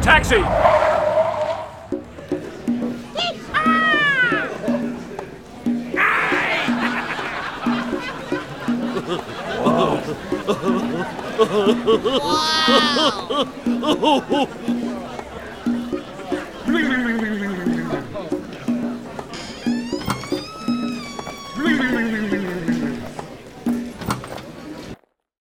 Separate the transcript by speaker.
Speaker 1: Taxi!